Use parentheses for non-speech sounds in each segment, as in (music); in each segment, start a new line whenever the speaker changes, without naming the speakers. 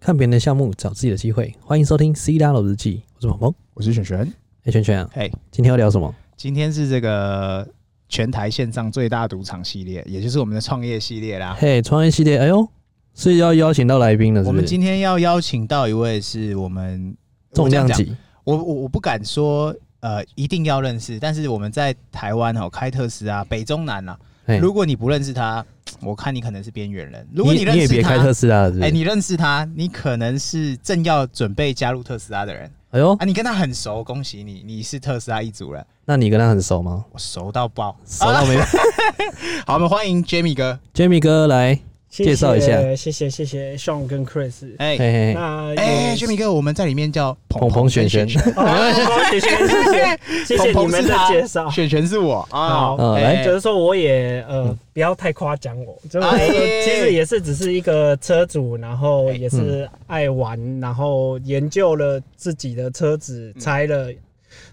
看别人的项目，找自己的机会。欢迎收听《C 大佬日记》，我是鹏鹏。
我是璇璇。
哎、圈圈啊，
嘿，
今天要聊什么？
今天是这个全台线上最大赌场系列，也就是我们的创业系列啦。
嘿，创业系列，哎呦，是要邀请到来宾了，是
我
不
们
是？
今天要邀请到一位是我们
重量，
我这样讲
级，
我我我不敢说呃一定要认识，但是我们在台湾哦，开特斯啊，北中南啊，
哎，
如果你不认识他，我看你可能是边缘人。如果
你
认
你也
识
别
他
开，特斯拉了，是不是？
哎、你认识他，你可能是正要准备加入特斯拉的人
哎呦，
啊，你跟他很熟，恭喜你，你是特斯拉一族了，
那你跟他很熟吗？
我熟到爆。
熟到
(laughs)
没有、
好，我们欢迎 Jamie 哥，
j a m i e 哥来，
谢
介绍一下
谢谢谢谢 Sean 跟 Chris。
哎、
嘿嘿嘿，
那
哎
也
，Jimmy 哥，我们在里面叫
鹏
鹏
鹏璇璇
璇，
哦谢谢谢谢谢谢你们的介绍。
璇璇是我啊
好，
嗯
哎
来
就是说，我也呃，不要太夸奖我，就是我
哎
其实也是只是一个车主，然后也是爱玩，然后研究了自己的车子，拆了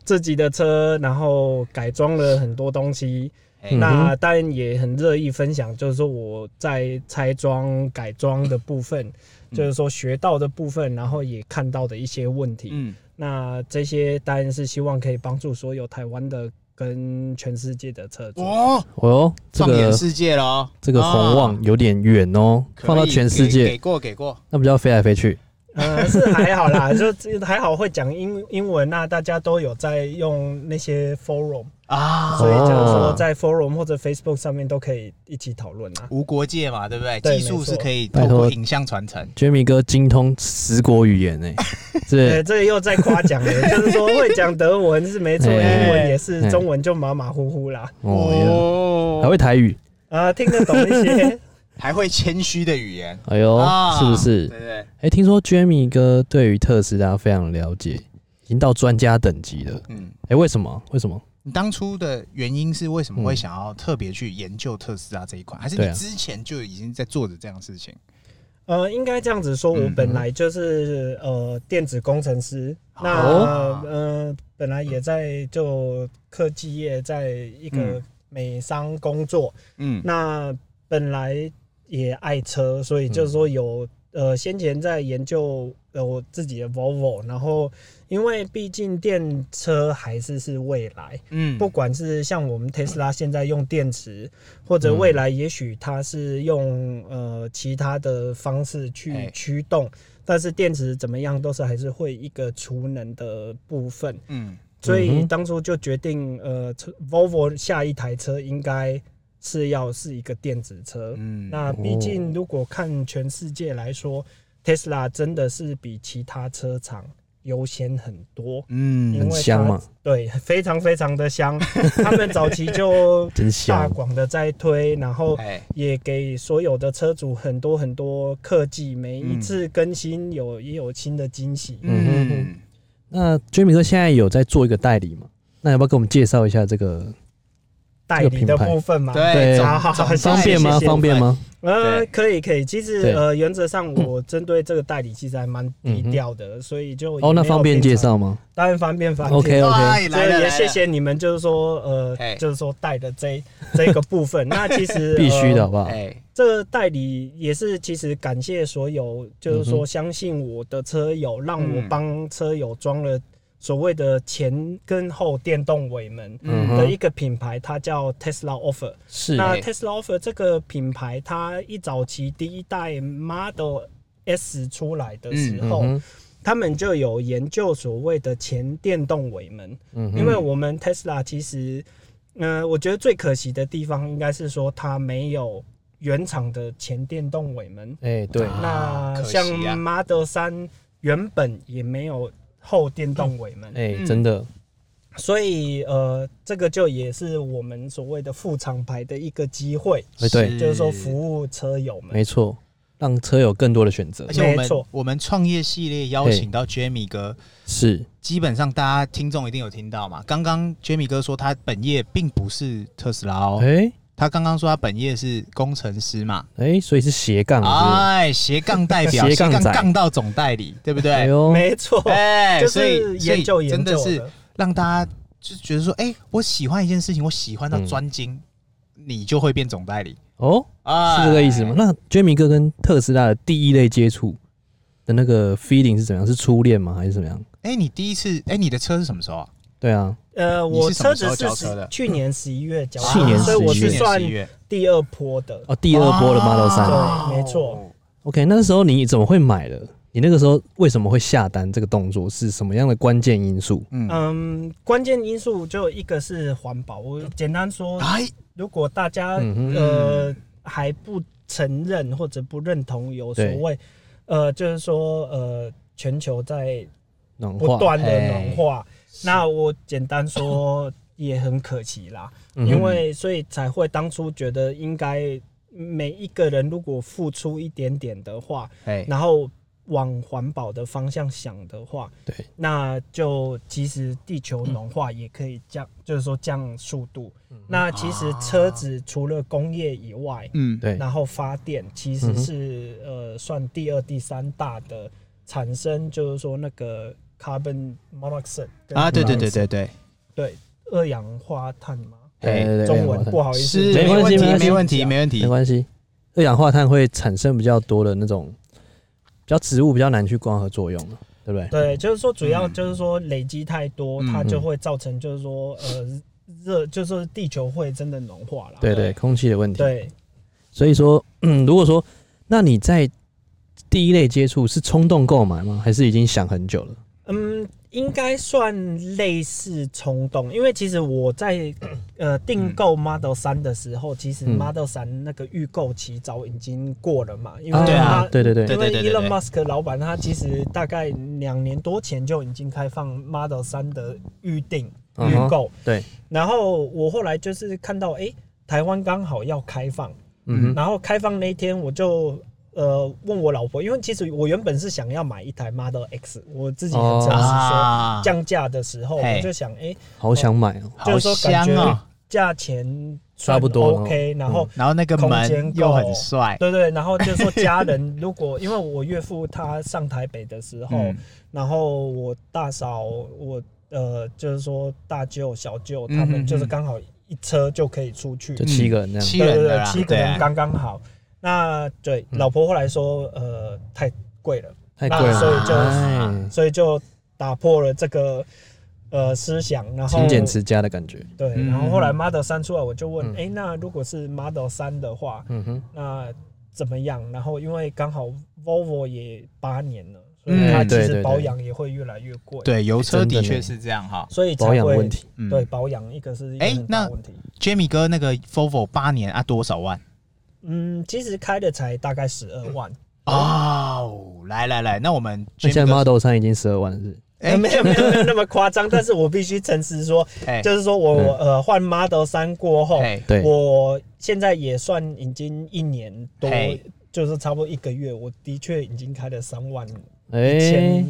自己的车，然后改装了很多东西。
嗯
哎
那当然也很乐意分享，就是说我在拆装、改装的部分，
嗯
就是说学到的部分，然后也看到的一些问题。
嗯，
那这些当然是希望可以帮助所有台湾的跟全世界的车主。
哇，
哦，这
放眼
个
世界了哦，
这个
啊
红望有点远哦，
可以
放到全世
给
界
给，过给过，
那不叫飞来飞去？
呃，是还好啦， (laughs) 就这还好会讲英英文那、大家都有在用那些 forum，
啊，
所以就是说
哦
在 forum 或者 Facebook 上面都可以一起讨论啊。
无国界嘛，对不对？
对
技术是可以
没错
透过影像传承，
j a m i e 哥精通十国语言诶、
(laughs)
对，
是
哎这个又在夸奖了，就是说会讲德文是没错，英
哎
文也
哎
是，中文就马马虎虎啦。
哦，还
还
会台语，
啊，听得懂一些，
还会谦虚的语言，
哎呦，
啊
是不是？
对不对？
哎、听说 Jamie 哥对于特斯拉非常了解，已经到专家等级了。
嗯，
哎、为什么？为什么？
你当初的原因是为什么
嗯
会想要特别去研究特斯拉这一款？还是
对
你
啊
之前就已经在做着这样的事情？
呃，应该这样子说，我
嗯
本来就是呃电子工程师，
哦
那呃本来也在就科技业，在一个
嗯
美商工作，
嗯，
那本来也爱车，所以就是说有、呃，先前在研究呃我自己的 Volvo，然后因为毕竟电车还是是未来，
嗯
不管是像我们 Tesla 现在用电池，或者
嗯
未来也许它是用呃其他的方式去
嗯哎
驱动，但是电池怎么样都是还是会一个储能的部分。
嗯，
所
嗯
以
哼
当初就决定，呃车，Volvo 下一台车应该是要是一个电子车。
嗯
那毕竟如果看全世界来说、t e s l a 真的是比其他车厂优先很多。
嗯
因为它
很香嘛，
对，非常非常的香。他们早期就
真 (laughs)
大
香！
广的在推，然后
哎，
也给所有的车主很多很多科技，每一次更新有也有新的惊喜。
嗯，那 Jamie 哥现在有在做一个代理嘛？那要不要给我们介绍一下这个？
代理
这个品
的
牌
部分嘛，
对
对，总
好好好
总
谢谢
方便吗？
谢谢
方便吗？
呃
对，
可以可以，其实
对嗯
呃，原则上我针对这个代理其实还蛮低调的，所以就也
哦，那
没有
方便
平
介
常，
绍吗
当然方便方便。
？OK
哇
OK，
也来
所以
了，来
也
了
谢。谢你们，就是说
哎
呃，就是说带的这这个部分，那其
(laughs)
实
必须的
呃
好不好？
哎，
这个代理也是其实感谢所有，就是
嗯哼
说相信我的车友，让我
嗯
帮车友装了所谓的前跟后电动尾门
嗯
的
哼
一，个品牌，它叫 Tesla Offer。
是
那
欸
Tesla Offer 这个品牌，它一早期第一代 Model S 出来的时
嗯
候，
哼
他们就有研究所谓的前电动尾门，
嗯
因
哼，
为我们 Tesla 其实，呃，我觉得最可惜的地方应该是说它没有原厂的前电动尾门。
哎对，
啊
那
可惜
像
啊
Model 三原本也没有后电动尾门，
哎
嗯
真的，
所以呃，这个就也是我们所谓的副厂牌的一个机会。
哎对，
就是说服务车友们。
没错，让车友更多的选择
而且我
没
们
错
我们创业系列邀请到 Jamie 哥，
是
基本上大家听众一定有听到嘛。刚刚 Jamie 哥说他本业并不是特斯拉哦，
哎
他刚刚说他本业是工程师嘛，
哎，所以是斜杠啊，
哎，斜杠代
(laughs)
表，
斜
斜
杠
杠
仔
杠到总代理，对不
哎
对？
呦，
没错，
哎，
(laughs) 就
所以
是研究
所以
研
真的
究
是让大家就是觉得说，哎，我喜欢一件事情，我喜欢到
嗯
专精，你就会变总代理
哦，
啊
是这个意思吗？？那 Jamie 哥跟特斯拉的第一类接触的那个 feeling 是怎样？是初恋吗？还是怎么样？
哎，你第一次，哎，你的车是什么时候啊？
对啊，
呃，
你
我
是什么
车
时候
子是
交车的
十去年十一月交的，
去年
啊所以我
11
是
月
算
11月
第二波的。
哦，第二波的 Model 三。
哇对没错。
OK，那时候你怎么会买的？你那个时候为什么会下单？这个动作是什么样的关键因素？
嗯，
嗯，关键因素就一个是环保。我简单说，
哎，
如果大家
嗯哼
呃还不承认或者不认同有所
对
谓，呃，就是说呃全球在
暖
不
化，
断的
哎
暖化，那我简单说也很可惜啦，
嗯
因为所以才会当初觉得应该每一个人如果付出一点点的话，
哎，
然后往环保的方向想的话，
对，
那就其实地球暖化也可以降，就是说降速度。
嗯
那其实车子除了工业以外，
嗯，
对，
然后发电其
嗯
实
哼
是、呃算第二、第三大的产生，就是说那个 carbon monoxide 跟
啊，对对
dioxide
对对对，
对二氧化碳嘛，
对对对
中文不
好，
好意思，
是
没关系
没
没
问题，没问题，
没关系。二氧化碳会产生比较多的那种，比较植物比较难去光合作用了，对不对？
对，就是说主要
嗯
就是说累积太多，
嗯
它
嗯
就会造成就是说呃热，就是说地球会真的暖化了。
对对，空气的问题。
对，
所以说， (clears throat) 嗯，如果说，那你在第一类接触是冲动购买吗？还是已经想很久了？
嗯，应该算类似冲动，因为其实我在呃订购 Model 三的时候，其实
嗯
Model 三那个预购期早已经过了嘛，因为
啊
对
它
对对对
对
因为
对对
Elon Musk 老板他其实大概两年多前就已经开放 Model 三的预定
嗯
预
哼
购，
对，
然后我后来就是看到，哎、台湾刚好要开放，
嗯哼，
然后开放那一天我就呃问我老婆，因为其实我原本是想要买一台 Model X，我自己很
哦
诚实说，
啊，
降价的时候
嘿
我就想，哎、
好想买哦。
好香哦，
价钱
差不多哦
嗯
OK，然后、
然后那个门又很帅，
对对，然后就说家人如果因为我岳父他上台北的时候，
嗯
然后我大嫂我呃就是说大舅小舅他
嗯嗯
们
嗯
就是刚好一车就可以出去，
就七个人这样
七
对对
人的
对，
啦，
嗯七个人
对啊
刚刚好。那对
嗯
老婆后来说呃太贵了，
太贵了，
那所以就
哎
所以就打破了这个呃思想，然后
勤俭持家的感觉。
对，
嗯
然后后来 Model 三出来，我就问，
嗯
哎、那如果是 Model 三的话，
嗯哼，
那怎么样？然后因为刚好 Volvo 也八年了，所
嗯
以它其
对对对
实保养也会越来越贵，
对，油车的确是这样哈。
所以才
保养
会
问题。
嗯，
对保养一个是一个
诶
很大的问题。
，Jamie 哥那个 Volvo 八年啊多少万？
嗯，其实开的才大概十二万，
哦，来来来，那我们
那现在
Jamie 哥，
Model 三已经十二万了是
呃没有没有没有那么夸张，但是我必须诚实
(laughs)
说，
哎，
就是说我
嗯
呃换 Model 三过后，
哎，
对，
我现在也算已经一年多
嘿，
就是差不多一个月，我的确已经开了三万一
哎
千，。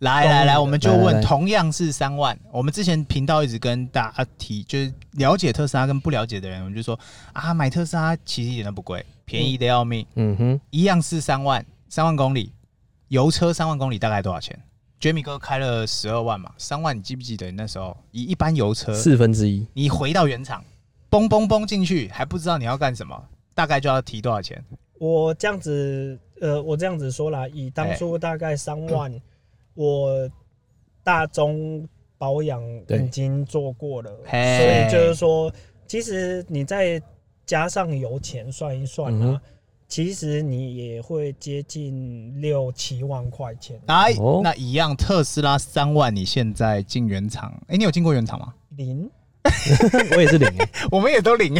来来来，我们就
来来
问，
来
同样是三万，我们之前频道一直跟大家提，就是了解特斯拉跟不了解的人，我们就说啊，买特斯拉其实一点都不贵，便宜的要命，
嗯哼，
一样是三万，三万公里，油车三万公里大概多少钱？Jamie 哥开了十二万嘛，三万你记不记得你那时候以一般油车，
四分之一， (laughs)
你回到原厂，嘣嘣嘣进去还不知道你要干什么，大概就要提多少钱？
我这样子，呃，我这样子说啦，以当初大概三
嗯
万，我大中保养
对
已经做过了，
嘿
所以就是说，其实你再加上油钱算一算
嗯
啊，
哼
其实你也会接近六七万块钱，
来，
哦
那一样特斯拉三万，你现在进原厂，哎、你有进过原厂吗？
零
我也是零，欸
我们也都
哦
零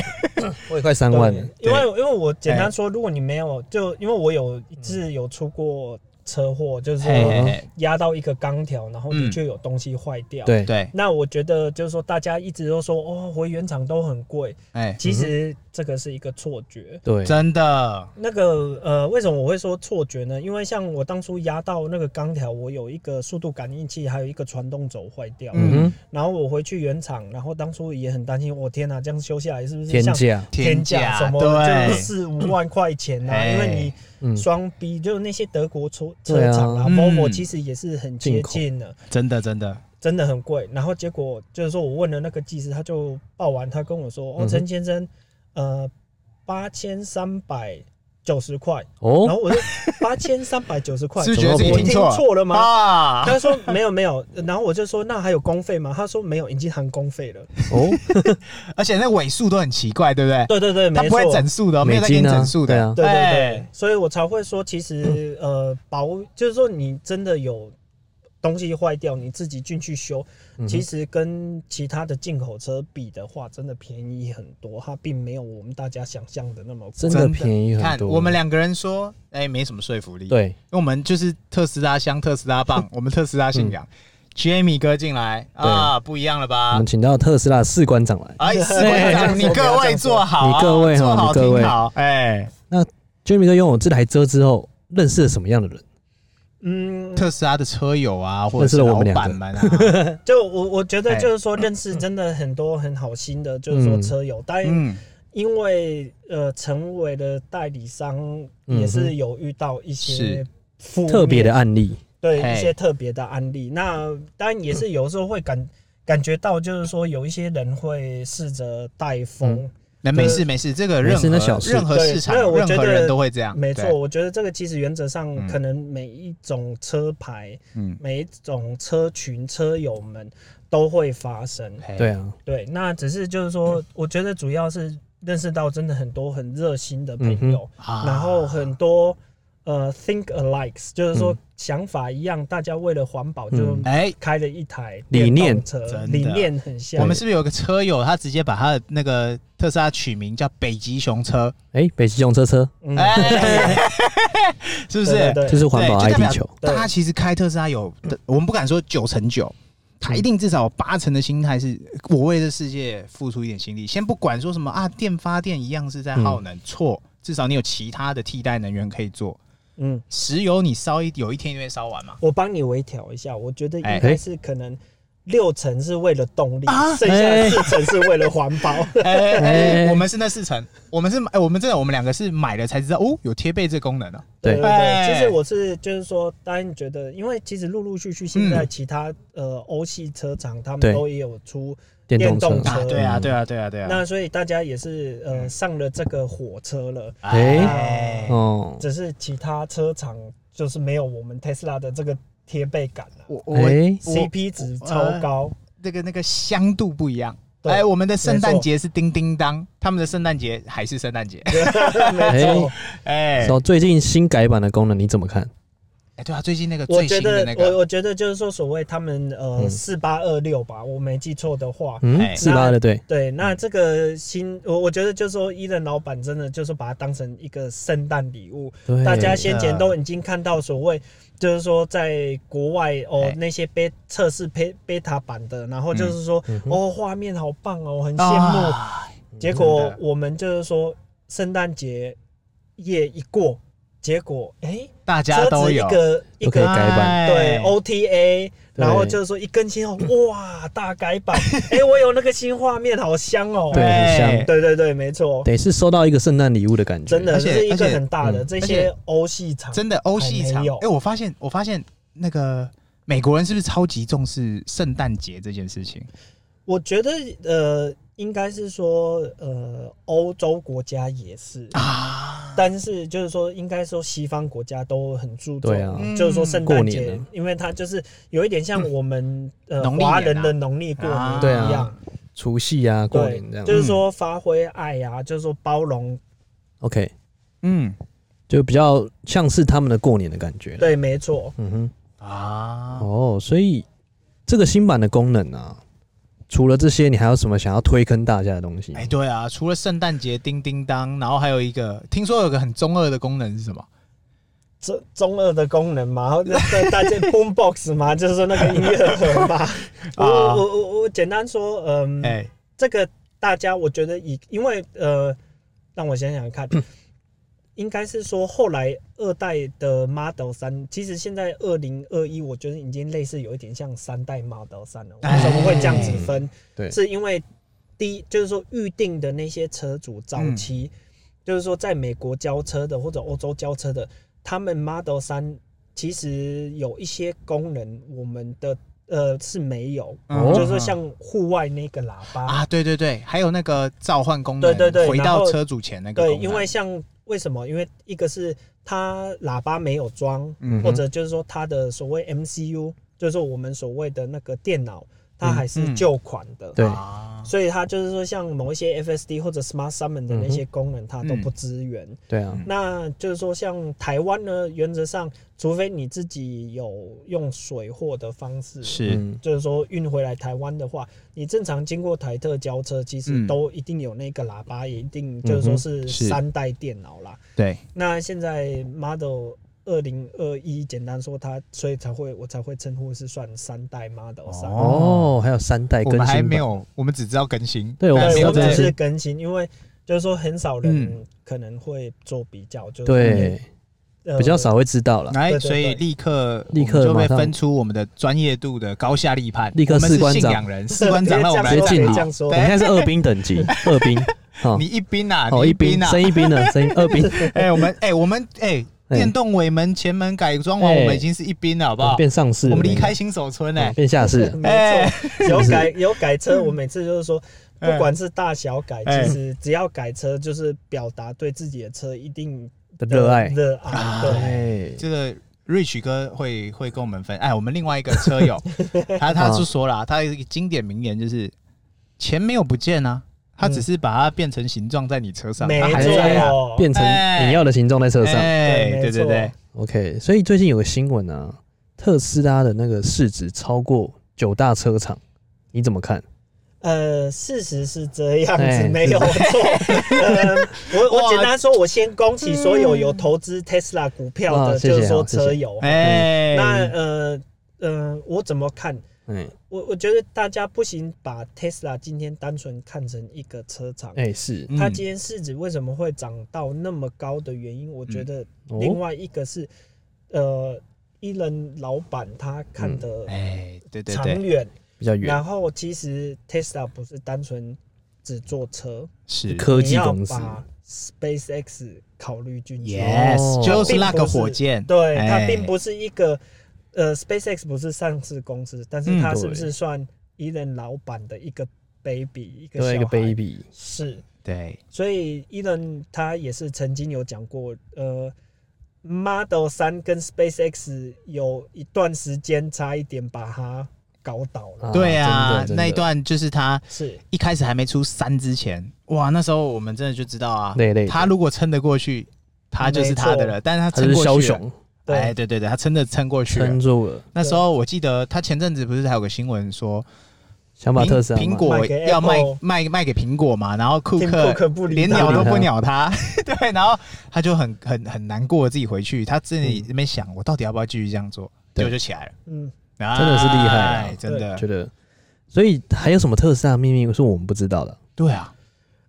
我也快三万了。
对因
对
哎嗯
为因为我简单说，如果你没有，就因为我有一次有出过车祸，就是
嘿嘿嘿
压到一个钢条，然后的
嗯
确有东西坏掉。。
对，
对，
那我觉得就是说，大家一直都说哦，回原厂都很贵，
哎，
其
嗯
实这个是一个错觉。
对，
真的，
那个呃，为什么我会说错觉呢？因为像我当初压到那个钢条，我有一个速度感应器，还有一个传动轴坏掉，
嗯哼，
然后我回去原厂，然后当初也很担心，我天哪、这样修下来是不是
天
嗯像
价，
天价什么就是
对，
四五万块钱啊？
哎
因为
嗯
你，双 B 就是那些德国车车
对啊
厂啊
嗯
，Volvo 其实也是很接
进口
近的，
真的真的，
真的很贵。然后结果就是说我问了那个技师，他就报完，他跟我说：“
嗯
哦，
哼
陈先生，呃，八千三百九十块。”然
哦，
后我就 (laughs) 八千三百九十块，
是不
怎
是觉
么
得自己
会
我
听
听
错
错了吗？
啊？
他说没有没有，然后我就说那还有公费吗？他说没有，已经含公费了。
哦，
而且那尾数都很奇怪，对不对？
对对对，
他
没
不会
错。
整数的哦，没有在给
美
你
金啊
整数的，
对啊
(laughs) 对对对
哎，
所以我才会说，其实
嗯
呃，保就是说你真的有东西坏掉，你自己进去修，
嗯哼
其实跟其他的进口车比的话，真的便宜很多，它并没有我们大家想象的那么贵。
真的便宜很
哎看
多。
我们两个人说，哎，没什么说服力，，
对
因为我们就是特斯拉香，特斯
(laughs)
拉棒，我们特斯拉信仰。Jamie 哥进来
嗯对
啊，不一样了
我
吧
们？请到特斯拉士官长来 (laughs)
哎，士
哎
官
哎
长，你各位坐好啊，
你各位哈
坐好，
你各位
听好，哎，
，Jamie 哥拥有这台车之后，认识了什么样的人？
嗯，
特斯拉的车友啊，或者
认识
是
了
老
我们两
板
个
们啊，
(laughs) 就我我觉得
哎
就是说认识真的很多很好心的，就是说
嗯
车友，但
嗯，
因为呃成为了代理商，
嗯
也
哼
是有遇到一些
是
负面
特别的案例，
对
嘿
一些特别的案例。那当然也是有时候会感感觉到，就是说有一些人会试着带风。
那没事没事，这个
没
任
事那小
何
事
任何
对
市场
那我
任
觉
何
得
人都会这样，
没错，
啊对，
我觉得这个其实原则上
嗯
可能每一种车牌、
嗯，
每一种车群、车友们都会发生。
嘿
对，啊，
对，那只是就是说，我觉得主要是认识到真的很多很热心的朋友，
啊
然后很多呃 think alikes，就是说
嗯
想法一样，大家为了环保就
嗯
哎，
开了一台
理念
电动车，
真的
理念很像。
我们是不是有个车友，他直接把他的那个特斯拉取名叫北极熊车？
哎，北极熊车车
嗯
哎，是不
对
是？
对对，
就是环保
对嗯
爱
就代
地
表
球，
对
他其实开特斯拉有，我们不敢说九成九，他一定至少有八成的心态是，我为这世界付出一点心力。先不管说什么啊，电发电一样是在耗
嗯
能，错，至少你有其他的替代能源可以做。
嗯，
石油你烧一，有一天就会烧完 (laughs) 嘛。
我帮你微调一下，我觉得应
哎
该是可能六成是为了动力，
啊
剩下四成是为了环保。
哎哎哎，
哎
我们是那四成，我们是买，我们真的，我们两个是买了才知道哦，有贴背这功能啊。
对
(laughs) 对对，
哎
其实我是就是说，当然觉得，因为其实陆陆续续现在
嗯
其他、呃欧系车厂他
对
们都也有出，
电动
电
车
动，车
啊，对啊，对啊，对啊，对嗯啊。
那所以大家也是呃上了这个火车了，
哎，
哦，
只是其他车厂就是没有我们 Tesla 的这个贴背感了、
我我
哎，
我呃
CP 值超高，
那个那个香度不一样。
对
哎，我们的圣
没
诞
错
节是叮叮当，他们的圣诞节还是圣诞节。
(laughs) 没错。
哎
然，后最近新改版的功能你怎么看？
哎，对啊，最近那个
我
最
觉
新的
得，
那
我
个，
我觉得就是说，所谓他们呃
嗯
四八二六吧，我没记错的话，
嗯，
哎
四八的对，
对，那
嗯
这个新，我我觉得就是说，伊人老板真的就是把它当成一个圣诞礼物，
对，
大家先
嗯
前都已经看到所谓，就是说在国外哦
哎
那些贝测试贝贝塔版的，然后就是说、
嗯哼
哦画面好棒哦，很羡慕。
啊，
结果
真的
我们就是说圣诞节夜一过，结果哎，
大家
车
都
子一
有
个一
都可以
个
改版
哎
对 OTA，
对
然后就是说一更新后，哇，大改版！哎、我有那个新画面，好香哦！
对，很
哎
像，
对对对没错，
得是收到一个圣诞礼物的感觉，
真的
而且
这是一
而
个
且
很大的
嗯
这
而
些
且
欧系厂，
真的欧系
还
场
没有。
哎，我发现，我发现那个美国人是不是超级重视圣诞节这件事情？
我觉得呃，应该是说呃，欧洲国家也是。
啊，
但是就是说，应该说西方国家都很注重，
对啊
嗯
就是说圣诞
过
节
年啊，
因为它就是有一点像我们、呃
农历年啊
华人的农历过年
对
一样，
啊，除夕啊，过年这样
对，就是说发挥爱啊，就是说包容，
，OK，
嗯
就比较像是他们的过年的感觉，，
对，没错，
嗯哼。
啊，
哦，所以这个新版的功能啊，除了这些，你还有什么想要推坑大家的东西吗？
哎，对啊，除了圣诞节叮叮当，然后还有一个，听说有个很中二的功能是什么？
中中二的功能嘛，然后那个大家 boombox 嘛，就是那个音乐盒嘛。我
啊
我我我简单说，嗯，
哎，
这个大家我觉得以因为呃，让我想想看，应该是说后来二代的 Model 三，其实现在二零二一，我觉得已经类似有一点像三代 Model 三了。为什么会这样子分？
对
是因为第一就是说预定的那些车主早期，就是说在美国交车的或者欧洲交车的，他们 Model 三其实有一些功能我们的呃是没有，
嗯
哦
就是说像户外那个喇叭
啊，对对对，还有那个召唤功能，
对对对
回
然
到
后
车主前那个功
对，
能，
因为像为什么？因为一个是它喇叭没有装，
嗯哼
或者就是说它的所谓 MCU，就是说我们所谓的那个电脑，
嗯
它还是旧款的。
对
啊
所以它就是说，像某一些 FSD 或者 Smart Summon
嗯
的那些功能，它都不支援。
对啊，
那就是说，像台湾呢，原则上，除非你自己有用水货的方式，
是
嗯
就是说运回来台湾的话，你正常经过台特交车，其实
嗯
都一定有那个喇叭，也一定就是说是
是
三代电脑啦。
对
那现在 Model 二零二一，简单说它，所以才会我才会称呼是算三代 Model 三。
哦
哦，还有三代
我
更新
们还
版
没有，我们只知道更新，
对我
但
们
没
对，
有
我
知道
真
只
的
更新
是更新，因为就是说很少人
嗯
可能会做比较，就是
对
呃
比较少会知道了，
来，
对
哎
对
所以
对
立刻
立刻
我们就被
马上
分出我们的专业度的高下立判，
立刻
我们
士官
是
长
信仰人，士官长，让我们
直
来
接敬
别
礼
探
这
讨
样说
我，们现在是二兵等
(laughs)
级，二兵，哦
你，一兵啊，
哦
你
一
一
兵
啊，
升一兵
(laughs)
了，升二兵，
哎，我们哎我们哎，
哎
电动尾门前门改装完，
哎
我们已经是一兵了，好不好？
变上市了，
我们离开新手村
嗯
哎，
变下市了，
没
(laughs)
错，有改有改车，我每次就是说，嗯不
哎
管是大小改，
哎
其实只要改车，就是表达对自己的车一定
的
的
热爱，哎
热
啊
爱。对，
对，
这个 Rich 哥会会跟我们分，哎，我们另外一个车友，他他是说了，他有一个经典名言就是钱没有不见啊，他只是把它变成形状在你车上，
没
他还在啊，
错，
变成你要的形状在车上。
哎，
对
对对对
没，
OK，所以最近有个新闻啊，特斯拉的那个市值超过九大车厂，你怎么看？
呃，事实是这样
哎
子，没有错。
(laughs)
呃，我
哇嗯
我简单说，我先恭喜所有有投资 Tesla 股票
哇
的，
谢谢
就是说
好谢谢
车友。
哎，
那呃呃，我怎么看？
哎
我我觉得大家不行把 Tesla 今天单纯看成一个车厂，
哎、是
嗯
它今天市值为什么会涨到那么高的原因，我
嗯
觉得
哦
另外一个是，呃，伊人老板他看
嗯
的
哎，对对
长
对，
远，
比较远，
然后其实 Tesla 不是单纯只做车，
是
科技公
你
司
要把 SpaceX 考虑进去。
哦
，yes，就是那
并
个
不是
火箭，
对，
哎
它并不是一个呃，SpaceX 不是上市公司，但是
嗯
它是不
对
是算伊人老板的一个 baby，一个小
对
孩
一个 baby，
是，
对，
所以伊人他也是曾经有讲过，呃，Model 三跟 SpaceX 有一段时间差一点把它搞倒了，
啊
对啊，
真的真的
那一段就是他
是
一开始还没出三之前，哇，那时候我们真的就知道啊，
累累的
他如果撑得过去，他就是他的了。但是他
它
撑
是
过去
枭
了，
雄，
对
哎，对对对，他真的撑过去
撑
了。
住了，
那时候我记得他前阵子不是还有个新闻说，
想把特斯拉
苹
卖
果
卖给
要卖
Apple
卖卖给苹果嘛，然后库
Tim
克
Cook 不理
连
他
鸟都不
理他
鸟他， (laughs) 对，然后他就很很很难过自己回去，他自己那边想，我到底要不要继续这样做？结
对
果就起来了，
嗯，
真的是厉害啊
哎真的
觉，得，所以还有什么特斯拉的秘密是我们不知道的？
对啊，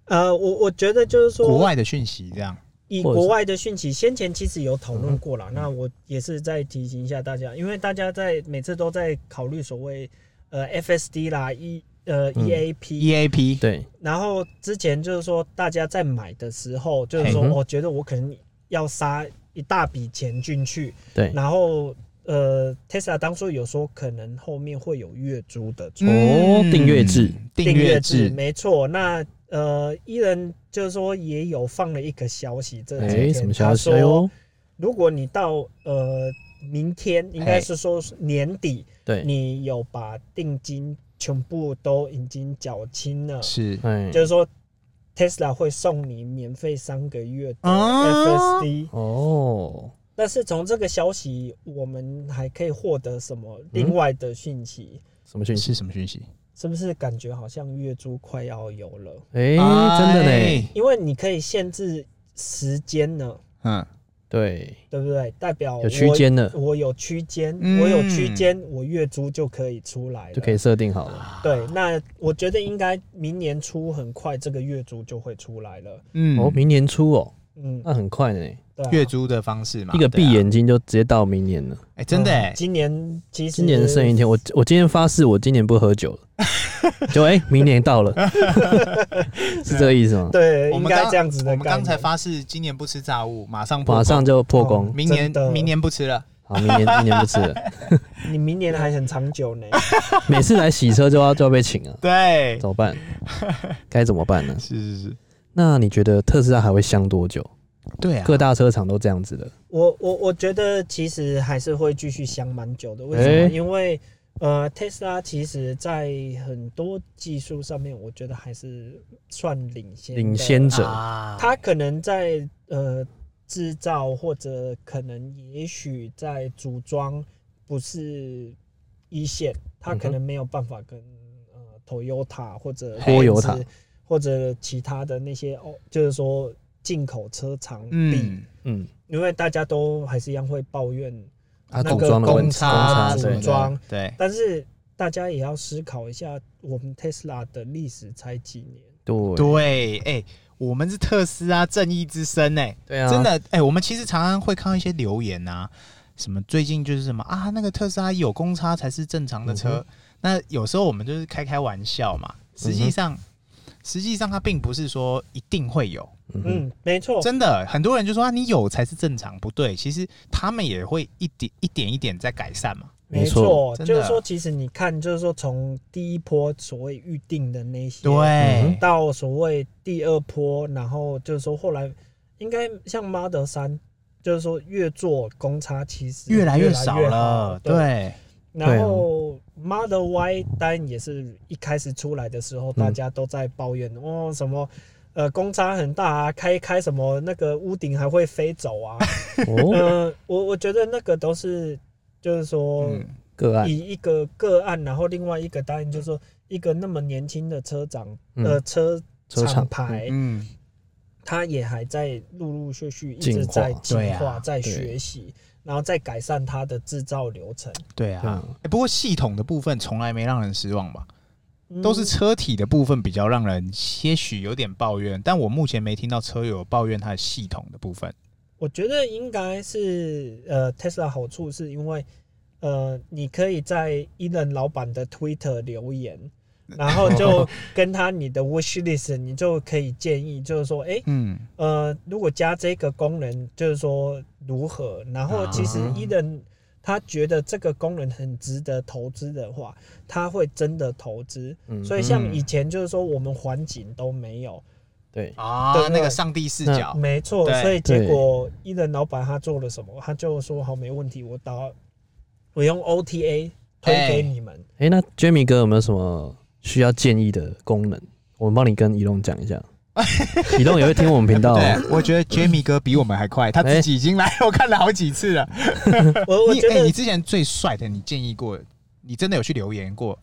呃，我我觉得就是说，
国外的讯息这样，
以
或者是
国外的讯息，先前其实有讨论过了。
嗯
那我也是再提醒一下大家，因为大家在每次都在考虑所谓呃 FSD 啦、E 呃
嗯
E
EAP，、
EAP，
对，
然后之前就是说大家在买的时候，就是说
嘿
我觉得我可能要杀一大笔钱进去，
对，
然后呃 Tesla 当初有说可能后面会有月租的出
哦订阅制，
嗯订
阅
阅制，
没错。那呃，伊人就是说也有放了一个消息，这
哎、
几天
什么消息？
他
哎
说
呦，
如果你到呃明
哎
天，应该是说是年底，
对，
你有把定金全部都已经缴清了，
是
哎，
就是说 Tesla 会送你免费三个月的
啊
FSD。
哦，
但是从这个消息，我们还可以获得什么另外的讯息？
什么讯息？
是什么讯息？
是不是感觉好像月租快要有了？
哎、真的呢，
哎，
因为你可以限制时间呢。
嗯，
对，
对不对？代表
有区间的
我，我有区间，
嗯
我有区间，我月租就可以出来了，
就可以设定好了。
对，那我觉得应该明年初很快，这个月租就会出来了。
嗯
哦，明年初哦，
嗯，
那很快呢，
对啊、
月租的方式嘛，
哦一个闭
对啊，
眼睛就直接到明年了。
哎，真的
嗯
哎，
今年其实
今年剩一天，我我今天发誓，我今年不喝酒
(laughs)
了。就哎、明年到了，是这个意思吗？
(laughs) 对，
我
应
们
该
刚
这样子的
我们刚才
概念
发誓今年不吃炸物，马上破
马上就破
哦
功。
明年
真的
明年不吃了，
好，明年明年不吃了。
你明年还很长久
(laughs)
呢。
每次来洗车就要就要被请啊，
对，
怎么办？该怎么办呢？
是是是，
那你觉得特斯拉还会香多久？
对啊，
各大车厂都这样子的，
我我我觉得其实还是会继续想蛮久的，为什么？
诶
因为呃，Tesla 其实在很多技术上面，我觉得还是算领先的
领先者
啊，
它可能在呃制造或者可能也许在组装不是一线，它可能没有办法跟、呃 Toyota 或者
嗯波尤塔
Benz 或者其他的那些哦，就是说进口车厂比，
嗯，
嗯，
因为大家都还是一样会抱怨，
它
那
组
个
装的问
公
题，
差
工
什么
对
的，装
对，
但是大家也要思考一下，我们 Tesla 的历史才几年。
对
对，哎、我们是特斯拉正义之声、哎、
对啊，
真的，哎、我们其实常常会看到一些留言啊，什么最近就是什么啊，那个特斯拉有公差才是正常的
嗯
车。那有时候我们就是开开玩笑嘛，实际上，实际上它并不是说一定会有，
嗯哼，
嗯，没错，
真的，很多人就说啊，你有才是正常，不对，其实他们也会一点一点一点在改善嘛。
没
没
错，
错，
真的
就是说，其实你看，就是说从第一波所谓预定的那些，
对，，
嗯
到所谓第二波，然后就是说后来应该像 Model 三，就是说越做公差其实
越来
越
越少
好
了，
对。
对，
然后 Model Y 单也是一开始出来的时
嗯
候，大家都在抱怨、哦什么。呃，公差很大啊，开开什么那个屋顶还会飞走啊？
哦，
呃，我我觉得那个都是，就是说、
嗯，
个案
以一个个案，然后另外一个当然就是说一个那么年轻的车长、
嗯
呃车
车厂
厂牌，
嗯，
他也还在陆陆续续一
进
直
化
在进
对
化、
啊
在
对
学习，然后再改善它的制造流程，
对
对
啊
啊。
哎不过系统的部分从来没让人失望吧？
嗯
都是车体的部分比较让人些许有点抱怨，但我目前没听到车友抱怨它的系统的部分。
我觉得应该是呃，Tesla 好处是因为呃，你可以在伊人老板的 Twitter 留言，然后就跟他你的 wish list，你就可以建议，就是说，哎、
嗯，
呃，如果加这个功能，就是说如何？然后其实
啊
伊人他觉得这个功能很值得投资的话，他会真的投资。
嗯
所以像
嗯
以前就是说我们环景都没有，
对，
啊
对
那个上帝视角，
没错，
对
所以结果伊人老板他做了什么？他就说好，没问题，我打我用 OTA 推给你们。
哎，那 Jamie 哥有没有什么需要建议的功能？我们帮你跟移动讲一下，移动也会听我们频道哦。
(laughs) 对，我啊觉得 Jamie 哥比我们还快，他自己已经来我看了好几次了。
我我
哎你
觉
哎你
得
之前最帅的，你建议过，你真的有去留言过？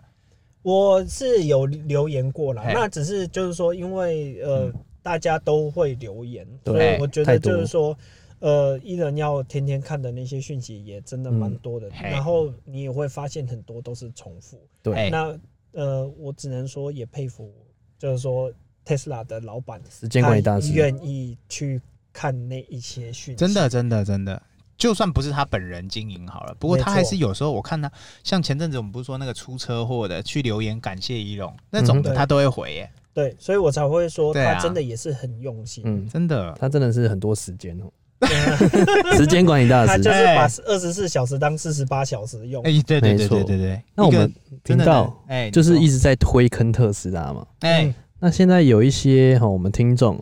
我是有留言过了，
哎
那只是就是说，因为呃、大家都会留言，
嗯对
所以我觉得
太多
就是说。呃，伊人要天天看的那些讯息也真的蛮多的，
嗯嘿
然后你也会发现很多都是重复。
对，
哎
那呃，我只能说也佩服，就是说 Tesla 的老板
时间管理大
他
师，
愿意去看那一些讯息，
真的，真的，真的。就算不是他本人经营好了，不过
没
他
错
还是有时候我看他，像前阵子我们不是说那个出车祸的去留言感谢仪容那种
嗯
的，
哼
他都会回耶，
对，所以我才会说
对啊
他真的也是很用心，
嗯，
真的。
他真的是很多时间哦，
嗯
哦
(laughs) 时间管理大
他
师
就。是把
哎
二十四小时当四十八小时用
哎、，对对对
没错
对对对。
那我
一个
们频
真的
道
哎、
就是一
一
直在推坑特斯拉嘛。
哎、
嗯
那现在有一些哦哈，我们听众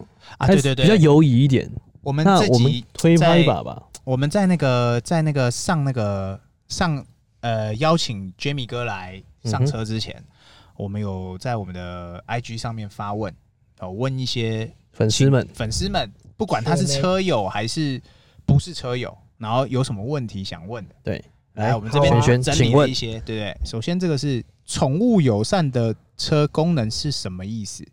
他
啊，对对对，
比较犹疑一点。
我们
那
自
我们
己
推他
在
一把吧。
我们在那个在那个上那个上呃邀请 Jamie 哥来
嗯
上车之前，我们有在我们的 IG 上面发问，呃，问一些
粉丝们，
粉丝们，不管他是车友还是不是车友，然后有什么问题想问的，
对，
哎来我们这边
好啊
轩轩，
整理
请
了
问
一，些，对不对？首先这个是宠物友善的车功能是什么意思？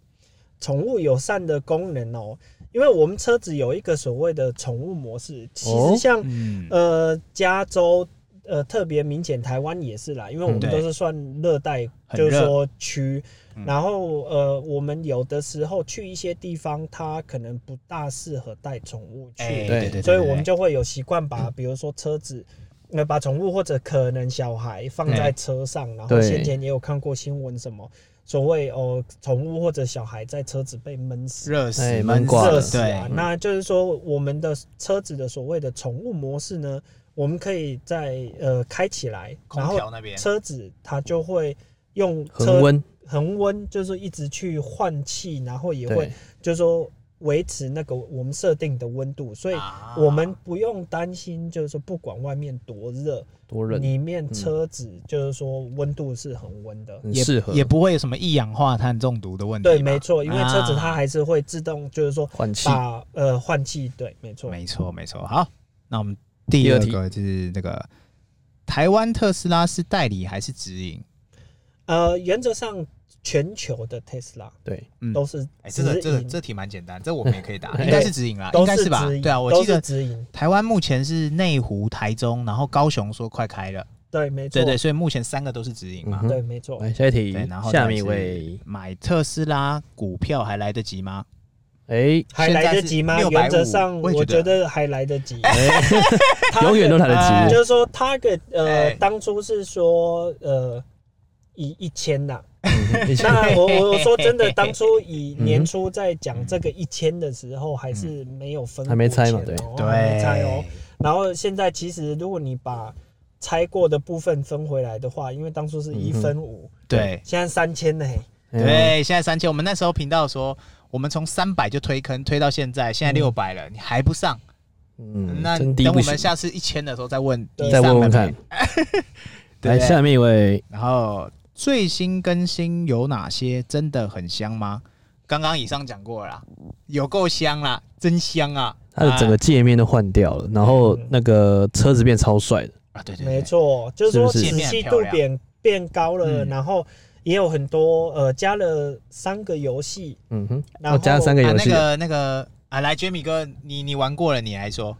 宠物友善的功能哦，因为我们车子有一个所谓的宠物模式，其
哦
实像、
嗯，
呃加州呃特别明显，台湾也是啦，因为我们
嗯
都是算热带，
很
就是
热
说区
嗯，
然后呃我们有的时候去一些地方，它可能不大适合带宠物去，
哎
对
对对，嗯
所以我们就会有习惯把，比如说车子，呃，把宠物或者可能小孩放在车上，然后
对
先前也有看过新闻，什么所谓哦，宠物或者小孩在车子被闷死、
热死
哎
闷
闷挂了
热
热
死
对
啊，，那就是说我们的车子的所谓的宠物模式呢，我们可以在呃开起来，
空
然后
调那边
车子它就会用
恒
车
温，
恒温，就是一直去换气，然后也会
对，
就是说维持那个我们设定的温度，所以。
啊
我们不用担心，就是说不管外面多热，
多冷，
里面车子就是说温度是恒温的。
很
也
适合
也不会有什么一氧化碳中毒的问题吧。
对，没错，因为车子它
啊
还是会自动，就是说
换气。
把呃换气。对，没错。
没错，没错。好，那我们第二
第
个就是那个台湾特斯拉是代理还是直营？
呃，原则上全球的 Tesla
对，
嗯
都是
哎、
直
这
营，
个这个这题蛮简单，这我们也可
(laughs)
以答，
哎
应该是直营啦，应
都
该
是
吧
直？营，
对啊，我
都
记得
是直营。
台湾目前是内湖、台中，然后高雄说快开了，
对，没错。
对对，哎所以目前三个都是直营嘛
嗯。哼
对，没错。
来下一题
对，然后，
下
再
面一
是
位，
买特斯拉股票还来得及吗？
哎，
还
现在
来得
是
及吗？
650
原则上，
我也
我
觉
觉
得
得还来得及。
哎 (laughs) 永远都来
哎
得及
就是说 target 呃
哎，
当初是说呃以一千呐，
嗯
(laughs)
哼。一起
那我我我说真的，当初以年初在讲这个一千的时候，还是没有分、
嗯还没猜嘛对，
还没猜哦。然后现在其实如果你把拆过的部分分回来的话，因为当初是一分
嗯
五、
对
现在三千呢，
哎呦
对，现在三千，我们那时候频道说，我们从三百就推坑推到现在，现在六百了，你还不上，
嗯，
那
真低
等
不
我
行
们，下次一千的时候再问，你
再
上
问问
了没
看。
对
来，
不对
下面一位，
然后最新更新有哪些？真的很香吗？刚刚以上讲过了啦，有够香啦，真香啊！
它的整个界面都换掉了，然后
嗯
那个车子变超帅的，
啊，啊对对对，
没错，就是说
是
仔
不
是
细度变变高了，
嗯
然后也有很多呃加了三个游戏，
嗯哼，
然
我
后
加了三个
啊，
游
那
戏，
个那个啊，来，Jamie 哥，你你玩过了，你
(laughs)
来说。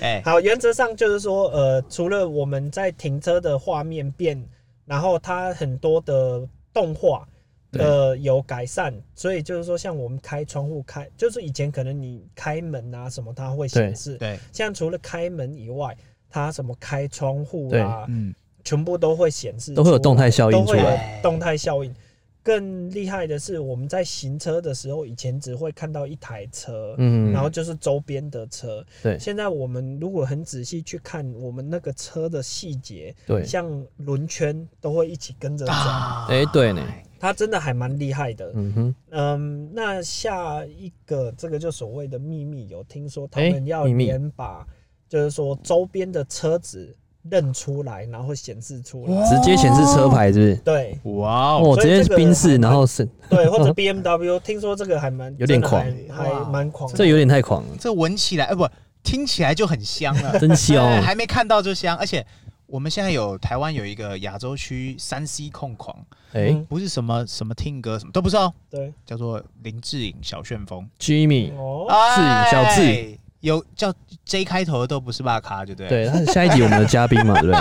哎、
好，原则上就是说，呃，除了我们在停车的画面变，然后它很多的动画，呃，有改善，所以就是说，像我们开窗户开，就是以前可能你开门啊什么，它会显示，
对，
现在除了开门以外，它什么开窗户
对
啊，
嗯，
全部都会显示出
都
来，
会有动态效应
都会
出
有
来，
动态效应。更厉害的是，我们在行车的时候，以前只会看到一台车，
嗯，
然后就是周边的车。
对
现在我们如果很仔细去看我们那个车的细节，
对，
像轮圈都会一起跟着走，
啊
哎，对呢，
它真的还蛮厉害的。
嗯哼，
嗯，那下一个这个就所谓的秘密，有听说他
哎
们要
秘密
连把，就是说周边的车子认出来，然后显示出来。
直接显示车牌是不是？
对
哇哦，
哦，
哦所
直
以
接
这个
宾士，
还蛮
然后是，
对，或者 BMW，听说这个还蛮
有点
真的还
狂哇
还蛮狂的。
这有点太狂
(laughs)
了，
这闻起来，呃，不，听起来就很香了，
(laughs) 真哦香
哎还没看到就香，而且我们现在有台湾有一个亚洲区三 C 控狂，
哎
嗯
不是什么什么听歌什么都不是哦，
对
叫做林志颖小旋风，
，Jimmy，
哦，
志颖小志
哎有叫 J 开头的都不是吧咖，对不对？。
对，他是下一集我们的嘉宾嘛，
(laughs)
对不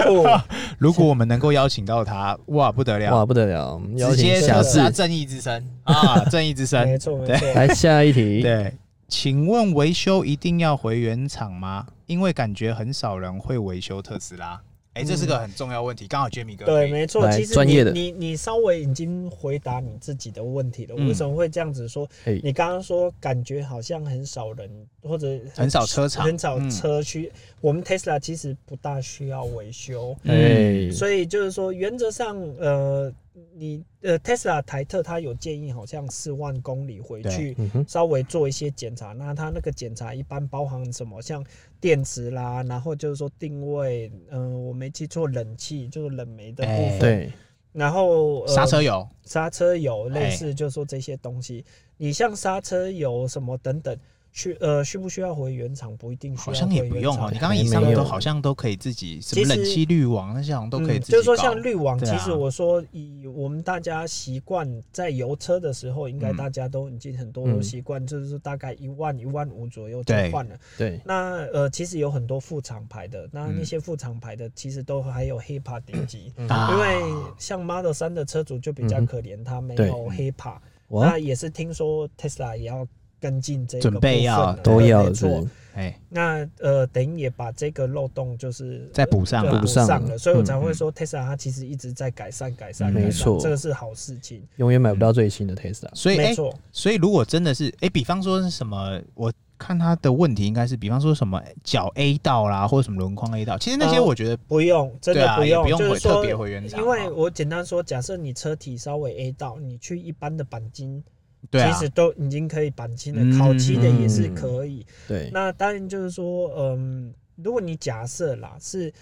对？
酷
(laughs)
如果我们能够邀请到他，哇，不
啊
得了，
哇，不得了，我们邀
直
请
接
小
特斯
智
拉正义之声啊，正义之
没
声。
错没
对
(laughs)
错。
来下一题，
对，请问维修一定要回原厂吗？因为感觉很少人会维修特斯拉。哎、这是个很重要问题，刚好 Jamie 哥可
嗯对，
以
没错，
来
其实
专
你
业的
你你稍微已经回答你自己的问题了。
嗯
为什么会这样子说？
哎，
你刚刚说感觉好像很少人或者
很少车厂
很少
嗯
车需，我们 Tesla 其实不大需要维修，
哎，
嗯所以就是说原则上，呃，你呃 Tesla 台特它有建议，好像四万公里回去
嗯哼，
稍微做一些检查。那它那个检查一般包含什么？像电池啦，然后就是说定位，嗯、我没记错，冷气就是冷媒的部分。
哎
对，
然后呃
刹车油，
刹车油类
哎
似，就是说这些东西，你像刹车油什么等等，需呃需不需要回原厂？不一定需要。
好像也不用哦，你刚刚
也
以上
哎没
的都
有
好像都可以自己，什
其
么
实
冷气滤网那些好像都可以
嗯
自己搞。
就是说像滤网，
对
其
啊
实我说以我们大家习惯在油车的时候，应该
嗯
大家都已经很多
嗯
都习惯，就是大概一万一万五左右就
对
换了。
对，
那呃，其实有很多副厂牌的，那
嗯
那些副厂牌的其实都还有 HEPA 顶级，
啊
因为像 Model 3的车主就比较
嗯哼
可怜，他没
对
有 HEPA，
哇
那，也是听说 Tesla 也要跟进这个
准备
部分
要
了
都
对
要
没错。
做，
哎，
那呃，等于也把这个漏洞就是
再补上
对
啊
补
补
上
上
了
了，所以我
嗯
才会说 Tesla 它其实一直在改善、改善、
嗯
改善
没
错
这个是好事情，
永远买不到最新的 Tesla。
所以
没
哎，
错。
所以如果真的是哎，比方说是什么，我看他的问题应该是，比方说什么脚 A 道啦，或者什么轮框 A 道，其实那些
呃
我觉得
不用，真
对
的
啊，也
用，
不用
就
回
是说
特别回原厂啊，
因为我简单说，假设你车体稍微 A 到，你去一般的钣金，
对啊
其实都已经可以钣金
嗯
了，烤漆的也是可以。
对，
那当然就是说，嗯，如果你假设啦是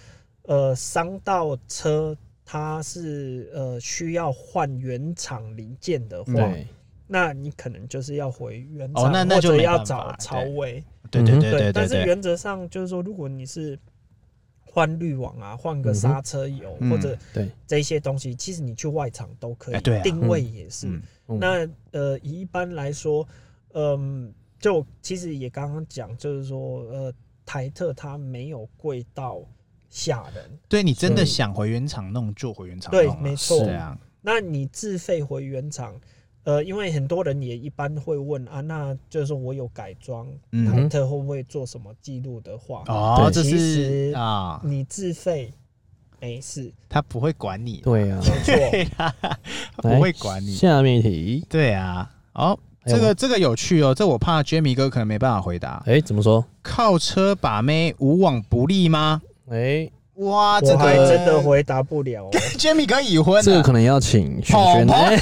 呃伤到车，它是呃需要换原厂零件的话，
对，
那你可能就是要回原厂，
哦那那就
或者
没办
要
法
找曹
对
伟。
对对
嗯
对对对
但是
对，
原则上就是说，如果你是换滤网啊，换个刹车油、
嗯哼
或者
对
这些东西，其实你去外厂都可以，
哎对啊
定位也是。
嗯
嗯
那呃，以一般来说，嗯，就其实也刚刚讲，就是说，呃，台特它没有贵到吓人，
对你真的
所以
想回原厂弄就回原厂
对
弄啊，
没错
是啊，
那你自费回原厂，呃，因为很多人也一般会问啊，那就是说我有改装，
嗯
凯特会不会做什么记录的话，
哦，这
对其
是
实
啊，
嗯
你自费没事，
他不会管你，
对
(laughs)
哎啊，
没错，
他不会管你，
下面一题，
对啊，哦，
还有
这
吗
个这个有趣哦，这我怕 Jamie 哥可能没办法回答，
哎哎，怎么说？
靠车把妹无往不利吗？
哎，
哇，这
我还
个
真的回答不了哦、
(laughs) Jamie 哥已婚
这个可
了，
能要请璇
啊跑
璇，
跑
哎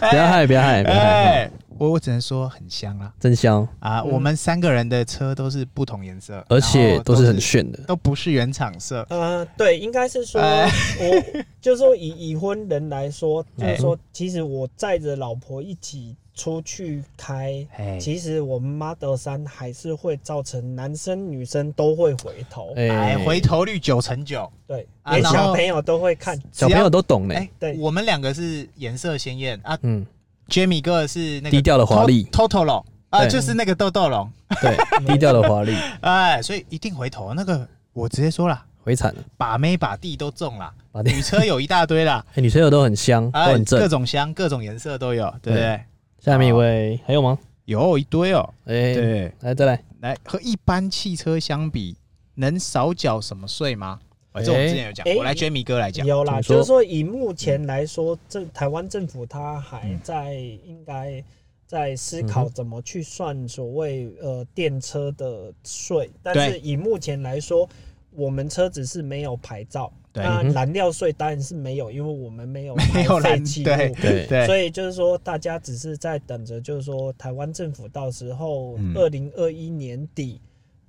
(laughs) 不要害，不要害，不要害，
哎，我我只能说很香啦
真香，
啊，我们三个人的车都是不同颜色，
嗯而
然
且
后
都
都
是很炫的。
都不是原厂色，
呃，对，已应该是说，
哎 (laughs)
我就是说以已婚人来说，就
哎
是说，其实我载着老婆一起出去开，
哎，
其实我们 Model 三还是会造成男生女生都会回头，
哎，回头率九成九，
对，
啊
连
然后
小朋友都会看，
小朋
只要
友都懂呢。
哎，
对
我们两个是颜色鲜艳啊
嗯，
，Jamie 哥是那个
低调的华丽
t o t o l o 啊，
对
就是那个豆豆龙，
对， (laughs) 低调的华丽，
哎，所以一定回头。那个我直接说了，
回惨了。
把妹把弟都中了，
把弟
女车有一大堆
(laughs)
啦，
哎，女朋友都很香，都
哎，
很
各
正。
种香，各种颜色都有，对不对？
下面一位还有吗？
有一堆哦，
哎，
啊对，
来再来，
来和一般汽车相比，能少缴什么税吗？哎，这我们之前有讲，
哎
我来 Jamie 哥来讲，
有
怎
啦，嗯
么说
就是说以目前来说，政台湾政府它还在应该在思考怎么去算所谓呃电车的税，但是以目前来说，我们车子是没有牌照，
对
那
嗯哼
燃料税当然是没有，因为我们没有
(laughs) 没有
排废
燃
气
对
入
对
嗯对
所以就是说，大家只是在等着，就是说台湾政府到时候
嗯
二零二一年底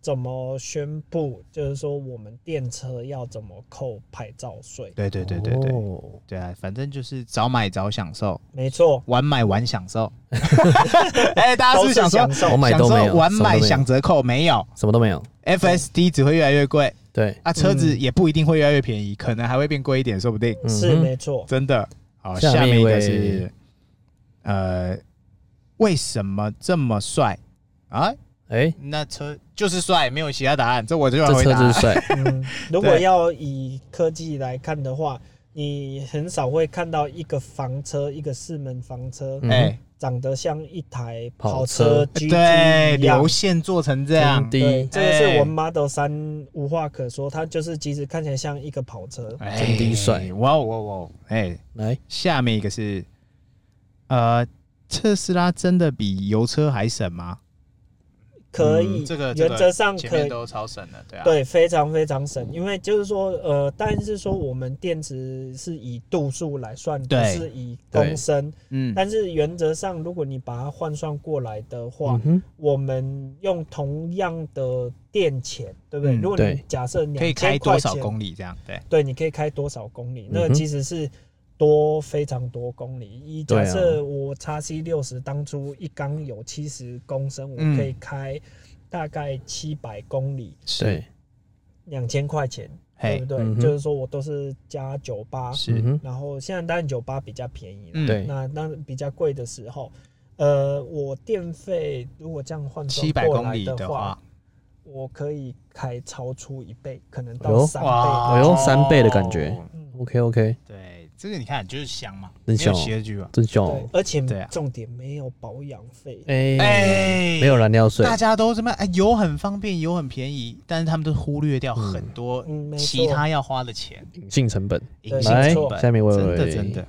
怎么宣布，就是说我们电车要怎么扣牌照税。
对对对对对
哦
对啊，反正就是早买早享受，
没错，
晚买晚享受。 (laughs) 哎，大家是不
都
是
是
想说
享受
我。买
享
都
受
没有，
晚
什么都
买
没有
享折扣没有
什么都没有。
，FSD 只会越来越贵
对，
啊，车子也不一定会越来越便宜，可能还会变贵一点，说不定。
嗯
是
哼
没错，
真的。好，
下
下
面
面
一
一个
位
是，呃，为什么这么帅啊？
哎，
那车就是帅，没有其他答案，啊这我就要
这
回
车
答
就是
了。
帅。
(laughs)
嗯，如果
对
要以科技来看的话，你很少会看到一个房车，一个四门房车、
嗯
哎，
长得像一台
跑
跑
车
车 GT
对，
一样
流。线做成这样
真，
对，
的，
这个是
哎
我们 Model 三无话可说，它就是其实看起来像一个跑车，
哎
真的帅
哇哦哇哦哇哦！哎，
来，
下面一个是，呃，特斯拉真的比油车还省吗？
可
嗯
以，
这个这个
原则上
前
可
面
以，
都超省了，对啊，
对，非常非常省，因为就是说，呃，但是说我们电池是以度数来算，不
对
是以
对
公升，
嗯，
但是原则上，如果你把它换算过来的话
嗯，哼，
我们用同样的电钱，对不对？
嗯
如果
对
你假设两
可以开
千
多
块
少
钱，
公里这样？对，
对，你可以开多少公里？那
嗯哼
其实是多非常多公里。一
对
假
啊
设我叉 C 六十当初一缸有七十公升，我
嗯
可以开大概七百公里，
对，
两千块钱，对
嘿
不，对？
嗯哼
就是说我都是加酒吧，
嗯
是，
哼，
然后现在当然酒吧比较便宜了，
嗯
对
那那比较贵的时候，呃，我电费如果这样换算
七百
过
公
来
里
的
的话，
我可以开超出一倍，可能
哎
到
呦
三倍
哎
的
呦
价。
三倍的感觉
嗯
OK OK，
对，这个你看就是香嘛，
真香
没有啊邪剧吧？
真香
对
哦，，
而且
对啊
重点没有保养费。
哎、
哎
没有燃料税，
大家都这么哎，油很方便，油很便宜，但是他们都忽略掉很多
嗯，没错
其他要花的钱，
隐性成本。
隐
对
性
来
成，本，
下面喂
真
喂，
的真的，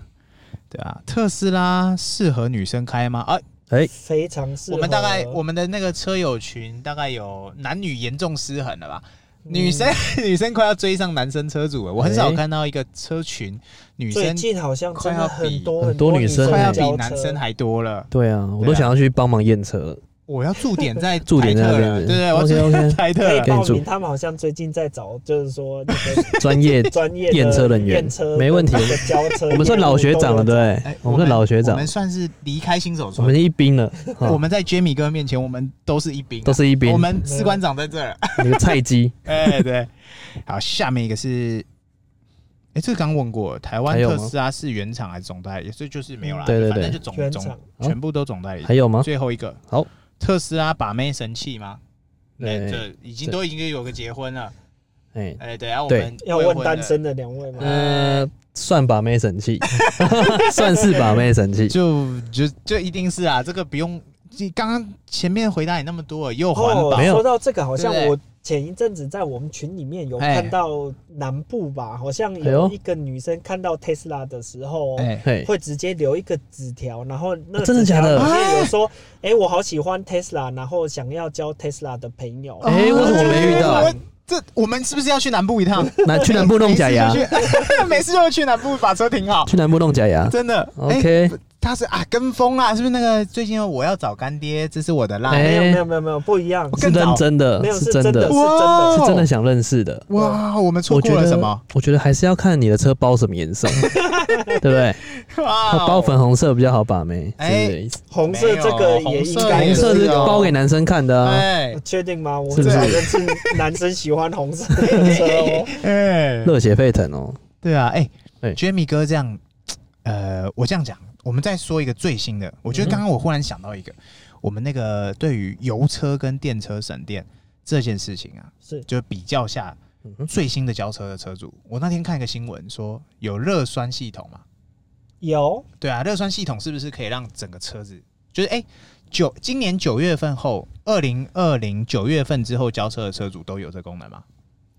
对啊，特斯拉适合女生开吗？啊，
哎
非常适合嗯
我们大概我们的那个车友群大概有男女严重失衡了吧？女生、 (laughs) 女生快要追上男生车主了，我很
嗯
少
哎
看到一个车群女
嗯
生
最近好像真
快要
的
比
很多
很
多
多女生
生
快要
欸
比
交
男
车
生还多了。
对啊，我
对
都
啊
想要去帮忙验车了，
我要驻点在
驻点在那
台特
边
了，
的
对对，我要驻
OK
点
OK，
台特
可以
了。
帮
报
店主
名，他们好像最近在找，就是说那
(laughs)
个
专
(laughs)
业
专业的
验车人员
验车
没问题
的那个交车，
我们算老学长了，对不
对。
对？
哎
我们算老学
我
长
们，算是离开新手
我
村
们。是一兵了，哈
我们在 Jamie 哥面前，我们都是一兵啊，
都是一兵
我，们士官长在这儿。啊
那个菜鸡
(laughs) 哎，对。好，下面一个是，哎，这个刚问过，台湾
还有
特
吗
斯拉是原厂还是总代理？这就是没有啦，
对对
反正
对
就总
原
总
厂
全部都总代理。
还有吗？
最后一个，
好，
特斯拉把妹神器吗？哎，
对
这已经
这
都已经有个结婚了。
哎，
哎，对啊，我
对
们
要
未
问
婚
单
了，
身的两位吗？
呃，算把妹神器， (laughs) 算是把妹神器，
就就就一定是啊，这个不用。你刚刚前面回答你那么多，又环保
哦，
没，有
说到这个，好像
对不
我前一阵子在我们群里面有
哎
看到南部吧，好像
哎
有
呦
一个女生看到 Tesla 的时候，
哎，
(laughs)
嘿，
会直接留一个纸条，然后那
啊真的
纸条
假的
里面有说，哎、我好喜欢 Tesla，然后想要交 Tesla 的朋友。
哎为什么没遇到
哦我这我们是不是要去南部一趟？
那去南部弄假牙，
没事就去，没 (laughs) 事就去南部把车停好。
去南部弄假牙
真的哎
，OK，
他是啊跟风啊，是不是那个最近我要找干爹，这是我的
哎
啦。
没有没有没有没有不一样，
是
更早
认真的
没，有
哦是
真
真的，
是
是
真
哇
的。
真的想认识的。
哇，我们错
我
过
觉
了
得
什么？？
我觉得还是要看你的车包什么颜色，对不对？
哇
它
哦
包粉红色比较好把妹，是
哎
这个意思。
红色这个
没有
也应
哎
该
红色
可
是
以哦
包给男生看的啊，
哎
确定吗？我
是
至
不是
少认识男生喜欢红色的
(laughs)
车哦。
哎，
热血沸腾哦。
对啊，哎
哎
，Jamie 哥这样，呃，我这样讲，我们再说一个最新的。我觉得刚刚我忽然想到一个，我们那个对于油车跟电车省电这件事情啊，
是
就比较下
嗯哼
最新的轿车的车主，我那天看一个新闻说有热酸系统嘛，
有
对啊，热酸系统是不是可以让整个车子就是哎九、今年九月份后，二零二零九月份之后交车的车主都有这功能吗？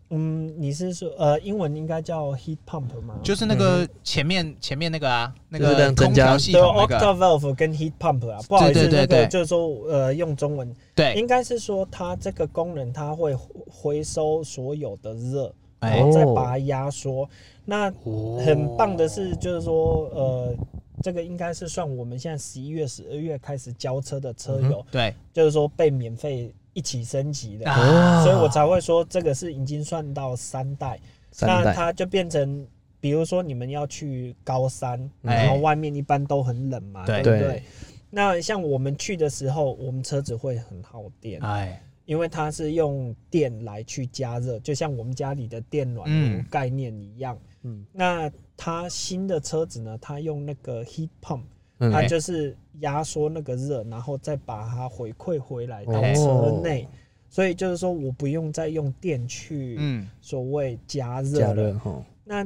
嗯，你是说呃，英文应该叫 heat pump 吗？嗯
就是那个前面、前面那个啊，
嗯
那
就是
个
让
空
增加哦
调系
对
统那个，
，octa valve 跟 heat pump 啊，不好意思
对，对哎对
那个
对
就是说呃，用中文
对，
应该是说它这个功能它会回收所有的热，
哦
哎哦
然后再把它压缩。那很棒的是，就是说呃，这个应该是算我们现在十一月、十二月开始交车的车友，
对
就是说被免费一起升级的。
嗯啊
所以我才会说这个是已经算到三代，
三
那
代
它就变成，比如说你们要去高山，
哎
然后外面一般都很冷嘛，
对
不对？
嗯对
那像我们去的时候，我们车子会很耗
哦
电，
啊
哎
因为它是用电来去加热，就像我们家里的电暖
嗯
炉概念一样。
嗯
那它新的车子呢，它用那个 heat pump，它
嗯，
就是压缩那个热，然后再把它回馈回来到
哦
车内。所以就是说，我不用再用电去
嗯
所谓加热
加
了。
热哈，
那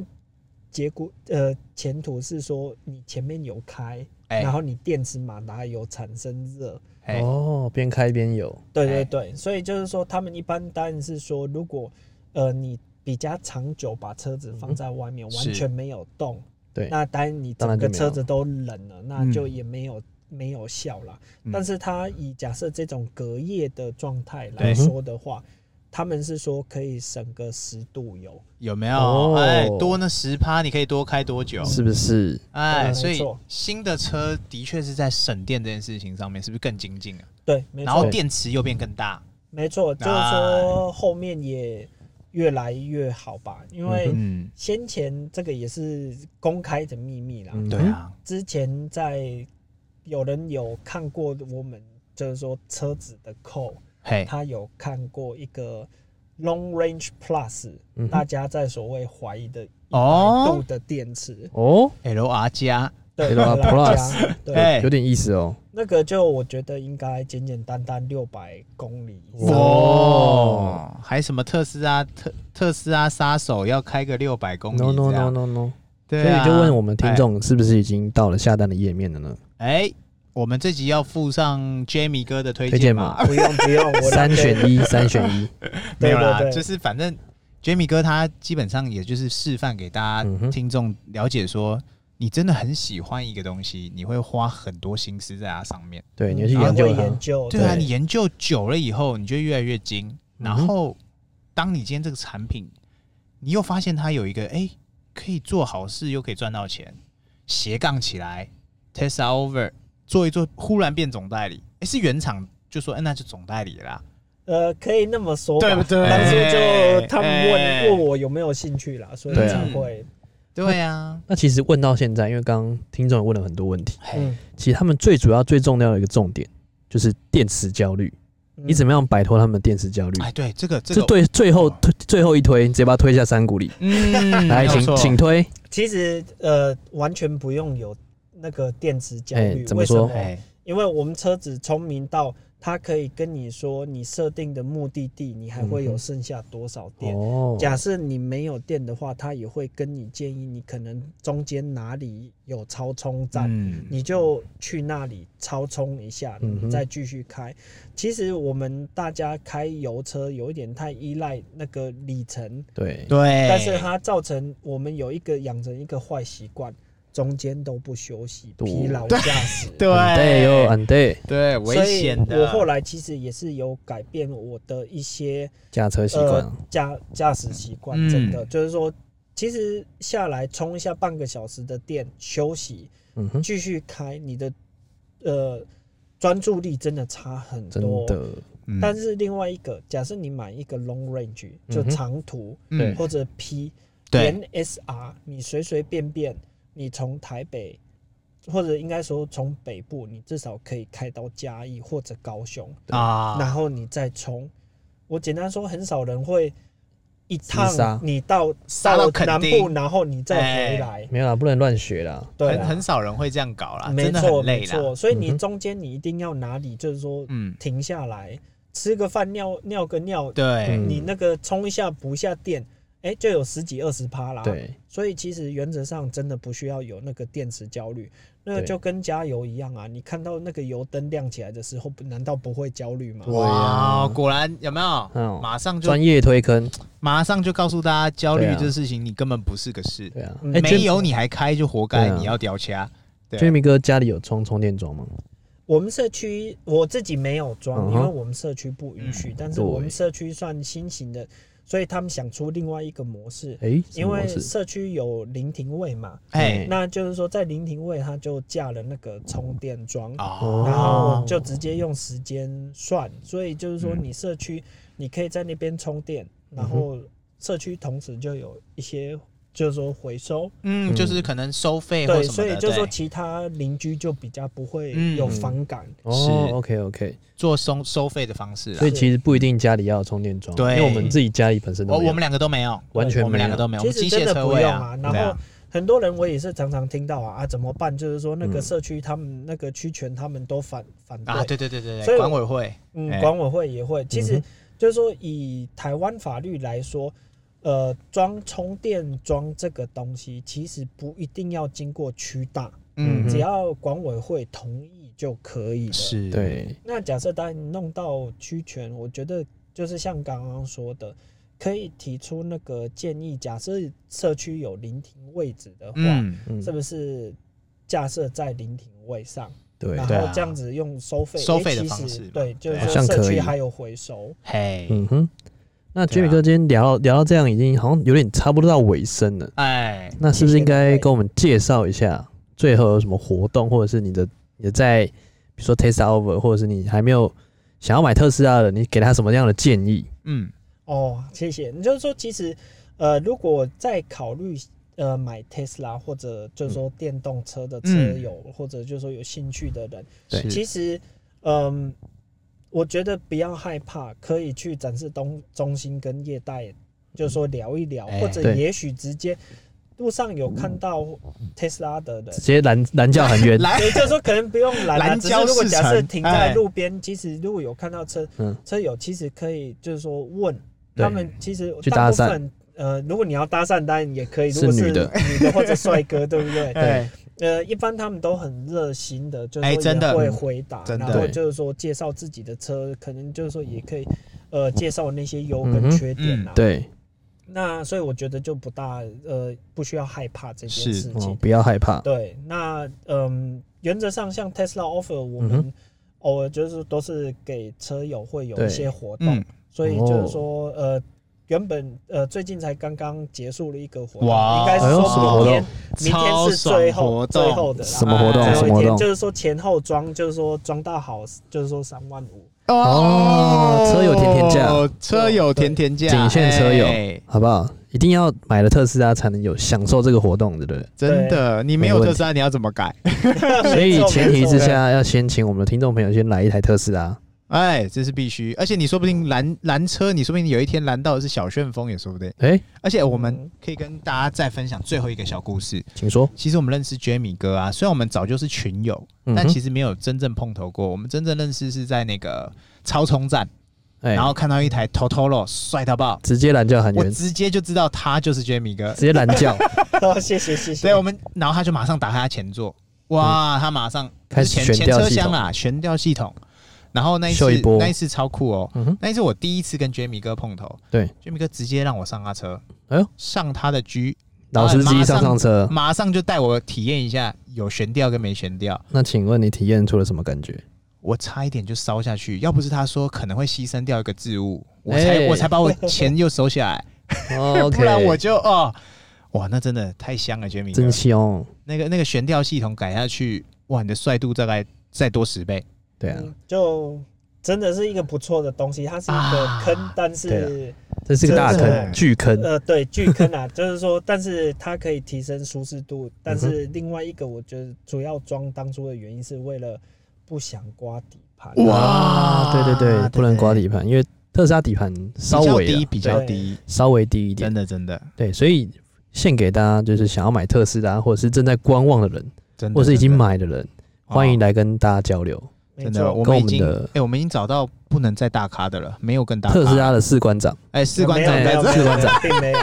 结果呃，前途是说你前面有开，
哎
然后你电池马达有产生热。
哎
哦，边开边有，
对
哎
对对，所以就是说，他们一般当然是说，如果呃你比较长久把车子放在外面，
是
完全没有动，
对，
那当然你
当然
整
就
个
没有
车子都冷了，那
嗯
就也没有、没有效啦。
嗯
但是它以假设这种隔夜的状态
对
来说的话，他们是说可以省个十度油，
有没有？
哦
哎，多那十趴，你可以多开多久？
是不是？
哎，
嗯
所
没
以
错
新的车的确是在省电这件事情上面，是不是更精进啊？
对，没
然后
错，
电池又变更大，
没错，就是
哎
说后面也越来越好吧，因为
嗯，
先前这个也是公开的秘密啦。
嗯
对啊，
之前在有人有看过我们，就是说车子的扣，
嘿，
他有看过一个 Long Range Plus，、
嗯
大家在所谓怀疑的100度
哦
的电池，
哦，
，L R 加，
对
LR
大家对，
啊哎
有，点意思哦。
那个就我觉得应该简简单单六百公里以上，
哦，还什么特斯拉特特斯拉杀手要开个六百公里
No no
这
no
样
no no，所
对
以
啊，
就问我们听众是不是已经到了下单的页面了呢？
哎，哎，我们这集要附上 Jamie 哥的推
推荐
码
码，
不用不用， (laughs) 我
三
对
选一，三选一。
没
对
有啦，
对对
就是反正 Jamie 哥他基本上也就是示范给大
嗯
家
哼
听众了解说，你真的很喜欢一个东西，你会花很多心思在它上面。
对，你要
嗯
去
然后
研究
会
它。
研究，
对啊，你研究久了以后，你就越来越精。
嗯
然后，当你今天这个产品，你又发现它有一个哎、诶可以做好事又可以赚到钱，斜杠起来，Tesla over 做一做，忽然变总代理，哎、是原厂就说，哎、那就总代理啦。
呃，可以那么说吧，
对不对
当初就他们
哎
问问我有没有兴趣啦，所以
对啊
才会，
对啊，
那其实问到现在，因为刚刚听众也问了很多问题，
嘿，
嗯，
其实他们最主要、最重要的一个重点就是电池焦虑。你怎
么
么样摆脱他们的电池焦虑？
(laughs) 嗯哎，对，这个这
这
个，
对最后
哦
推最后一推，你直接把它推下山谷里。
(laughs) 嗯，
来，
没有
请
错
请推。
其实呃完全不用有那个电池焦
哎
虑，
怎么
为什
说
么？
哎，
因为我们车子聪明到它可以跟你说你设定的目的地，你还
嗯
会有
哼
剩下多少电。
哦，
假设你没有电的话，它也会跟你建议你可能中间哪里有超充站，
嗯，
你就去那里超充一下，
嗯哼
你再继续开。其实我们大家开油车有一点太依赖那个里程，
对，
对，
但
哎
是它造成我们有一个养成一个坏习惯，中间都不休息，
对
疲劳驾驶。
对，
对哟，安对，
对，危
所以
险的。
我后来其实也是有改变我的一些
驾车习惯啊
呃。驾驾驶习惯，
嗯
真的、就是说，其实下来充一下半个小时的电，休息，
嗯哼，
继续开，你的呃专注力真的差很
真
多。
的，
嗯，
但是另外一个，假设你买一个 long range
嗯哼
就长途、
嗯
或者 P，
对
连 SR 你随随便便，你从台北或者应该说从北部，你至少可以开到嘉义或者高雄，然
啊，
后你再冲。我简单说，很少人会一
直杀
趟你到
杀到垦
南
丁哎
部，然后你再回来。
没有啦，不能乱学啦。
对啊
很
啦，
很少人会这样搞啦，
没
真的
错
很
没
累啦。
错。所以
嗯
你
哼
中间你一定要哪里，就是说
嗯，
停下来吃个饭、尿尿个尿，
对，
嗯
你那个充一下补一下电，哎，就有十几二十趴
啊
啦。。
对，
所以其实原则上真的不需要有那个电池焦虑，那个
对
就跟加油一样啊。你看到那个油灯亮起来的时候，不难道不会焦虑吗？
对啊
哇，果然有没有？
嗯，
马上就
专业推坑，
马上就告诉大家，焦虑
对啊
这事情你根本不是个事，
对啊。
嗯
哎
没
，Jamie
有你还开就活该，
对啊
你要掉掐。对
Jamie 哥家里有充充电桩吗？
我们社区我自己没有装，
嗯哼嗯
因为我们社区不允许，但是我们社区算新型的，所以他们想出另外一个模式。
哎，什
因
么
为
模式？
社区有临停位嘛，
哎
嗯
那就是说在临停位，他就架了那个充电桩，
哦，
然后就直接用时间算，所以就是
嗯
说你社区你可以在那边充电，然后社区同时就有一些就是说回收，
嗯，
嗯
就是可能收费或
对，
什
所
么
以
的，
就是说
对，
其他邻居就比较不会
嗯
有反感。
哦
是
，OK OK，
做收收费的方式啦
所。以其实不一定家里要有充电桩，因
对
为我们自己家里本身
我
都没
我
有
们两个都没有，
完全
我们
没
两个
有。
都没有，我
其
们机
实真
械
的
车
不
位
用
啊
啊，，然
对啊
后很多人我也是常常听到啊啊怎么办？就是说那个
嗯
社区他们那个区权他们都反反对，
啊，对对对对
所
对，
以
管委会，
嗯
哎，
管委会也会。其
嗯
实
哼
就是说，以台湾法律来说，呃，装充电桩这个东西，其实不一定要经过区大，
嗯
嗯
哼，
只要管委会同意就可以了。。
是，，
对，
那假设当然弄到区权，我觉得就是像刚刚说的，可以提出那个建议。假设社区有临停位置的话，
嗯，
嗯
是，不是架设在临停位上？
对
然，
对
后
啊
这样子用收费
收
诶
费的
其
方
实
式嘛
对，就是
对啊
好像
说社
可以
区还有回收，
嘿，
嗯哼。那
对啊
Jamie 哥今天聊到聊到这样，已经好像有点差不多到尾声了。
哎，
那是不是应该跟我们介绍一下，最后有什么活动，或者是你的你在比如说 Tesla Over，或者是你还没有想要买特斯拉的，你给他什么样的建议？
嗯，
哦，谢谢。你就是说，其实呃，如果在考虑呃买 Tesla 或者就是说电动车的车
嗯
友，或者就是说有兴趣的人，
对
是
其实嗯、我觉得不要害怕，可以去展示东中心跟业代，就是说聊一聊，
哎
或者
对
也许直接路上有看到
嗯
Tesla 的人
直。接拦拦轿很
(laughs)
远，
来
也就是说，可能不用
(laughs)
拦啦，
蓝
只是
胶
如果
市
假设
场
停
哎
在路边，其实如果有看到车
嗯
车友，其实可以就是说问
对
他们，其实
去搭
大部
讪
分呃，如果你要搭讪，当然也可以，如果
是
是
女
女
的 (laughs)
的或者帅哥，对不对？
哎，
呃，一般他们都很热心的，就是
哎
说
真的嗯
也会回答，
真的
然后就是说介绍自己的车，可能就是说也可以呃介绍那些优
嗯哼
跟缺点啊。
对，
那所以我觉得就不大呃不需要害怕这件
是
事情
哦，。不要害怕，
对，那嗯，原则上像 Tesla offer，我
嗯
们偶尔就是都是给车友会有
对
一些活动
嗯，，
所以
哦
就是说、呃，原本呃最近才刚刚结束了一个活动，
哇
应该是
哎呦什么
说
活
明
动
天、明天
超
是
爽
最后
活
最
动
后的啦
什。么活动？
哎
什
最
么
后
活
一天
动
就？是说前后装，就是说装到好，就是说三万
(laughs)
五。
哦车友甜甜价，
车友甜甜价，
仅限车友
哎
好不好？一定要买了特斯拉才能有享受这个活动，对不对？
真的，你没有特斯拉你要怎么改？
所以
没错
前提之，
(laughs) 没错
下，要先请我们的听众朋友先来一台特斯拉，
哎，这是必须，而且你说不定拦拦车，你说不定有一天拦到的是小旋风，也说不定。
哎、
而且我们可以跟大家再分享最后一个小故事。
请说。
其实我们认识 Jamie 哥啊，虽然我们早就是群友，
嗯哼
但其实没有真正碰头过。我们真正认识是在那个超充站，
哎、
然后看到一台 Totoro 帅到爆，
直接拦轿喊
我
员，直
直接就知道他就是 Jamie 哥。
接拦
(laughs) 啊
轿，
哦谢谢谢谢。
对，我们然后他就马上打开他前座，哇，他马上
嗯开始
前
悬
前
吊
车
系
厢
统
啦，悬吊系统。然后那一
秀
次
一波
那一次超酷哦，
嗯哼，
那一次我第一次跟 Jamie 哥碰头，
对
，Jamie 哥直接让我上他车，
哎呦
上他的 G，
老司机上
马
上
上
车。
马上就带我体验一下有悬吊跟没悬吊，
那请问你体验出了什么感觉？
我差一点就烧下去，要不是他说可能会牺牲掉一个置物，我才、
哎
我才把我钱又收下
(laughs)
来，
o
不然我就哦，哇，那真的太香了，Jamie
真
哥，
香。
那个那个悬吊系统改下去，哇，你的帅度大概再多十倍，
对啊，
嗯就真的是一个不错的东西，它是一个
啊
坑，但
对
是
这是个大
真
坑，
的
巨坑。
呃，对，巨坑啊， (laughs) 就是说，但是它可以提升舒适度，但
嗯
是另外一个，我觉得主要装当初的原因是为了不想刮底盘。啊
哇，
哇
对对
对
对，
对
不能刮底盘，因为特斯拉底盘稍微
比较低，
啊
比较
对
低，
稍微低一点
真。的真的
对，所以献给大家，就是想要买特斯拉，或者是正在观望的人，
真的，
或是已经
真的，
买的人，欢迎来跟大家交流。
没
真的，
错，
我
跟
们已
我们
经哎
的、
我们已经找到不能再大咖的了，没有更大咖
特斯拉的士官长，
哎，士官长
啊没有
在这，
没有没有没有并
(laughs)
没有。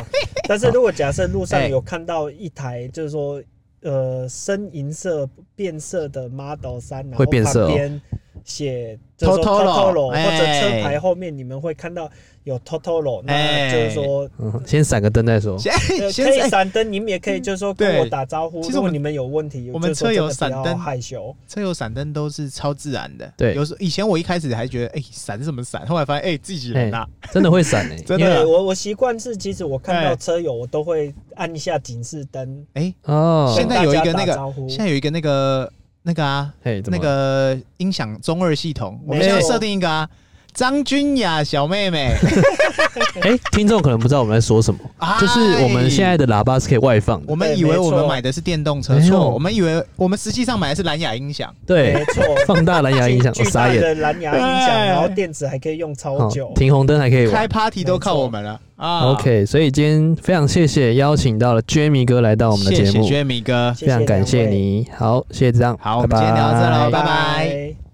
但是如果假设路
哎
上有看到一台，就是说，呃，深银色变色的 Model 三，然
会
后
变色哦
旁边写就是说
Totoro，
Totoro，或者
哎
车牌后面你们会看到有 Totoro，那
哎
就是说
嗯，先闪个灯再说。
先
呃
先
可以
哎
闪灯，你们也可以就是说跟我打招呼。
对其实
如
我
果
们
你们有问题，
我们
就是说真的
车友闪灯
不要害羞，
车有闪灯都是超自然的。
对
有时候以前我一开始还觉得，哎、闪什么闪？后来发现，哎、自己人呐、
真的会闪欸诶、
真
因为
的。
我我习惯是，其实我看
哎
到车友，我都会按一下警示灯，
哎、
哦，
现在有一个那
跟大家打
个
招，呼
现在有一个那个那个啊，
嘿，怎么
那
了
个音响中二系统，我
没
们
有
现在设定一个啊，张君雅小妹妹，
哎、听众可能不知道我们在说什么，(laughs)
哎
就是我们现在的喇叭是可以外放的
我，们以
对
为
没错
我们买的是电动车，
没有
错，我们以为我们实际上买的是蓝牙音响，
对
没，错，
放大蓝牙音响，
巨
我
巨
傻
大
眼。
的蓝牙音响，
哎
然后电池还可以用超
好
久，。
停红灯还可以玩
开。party 都靠
没错
我们了啊。
OK，所以今天非常谢谢邀请到了 Jamie 哥来到我们的节目，
谢谢 Jamie 哥，
谢
非常感谢
两位，
你。好，谢谢这样，
好我们今天聊到这
拜
喽
拜
拜拜。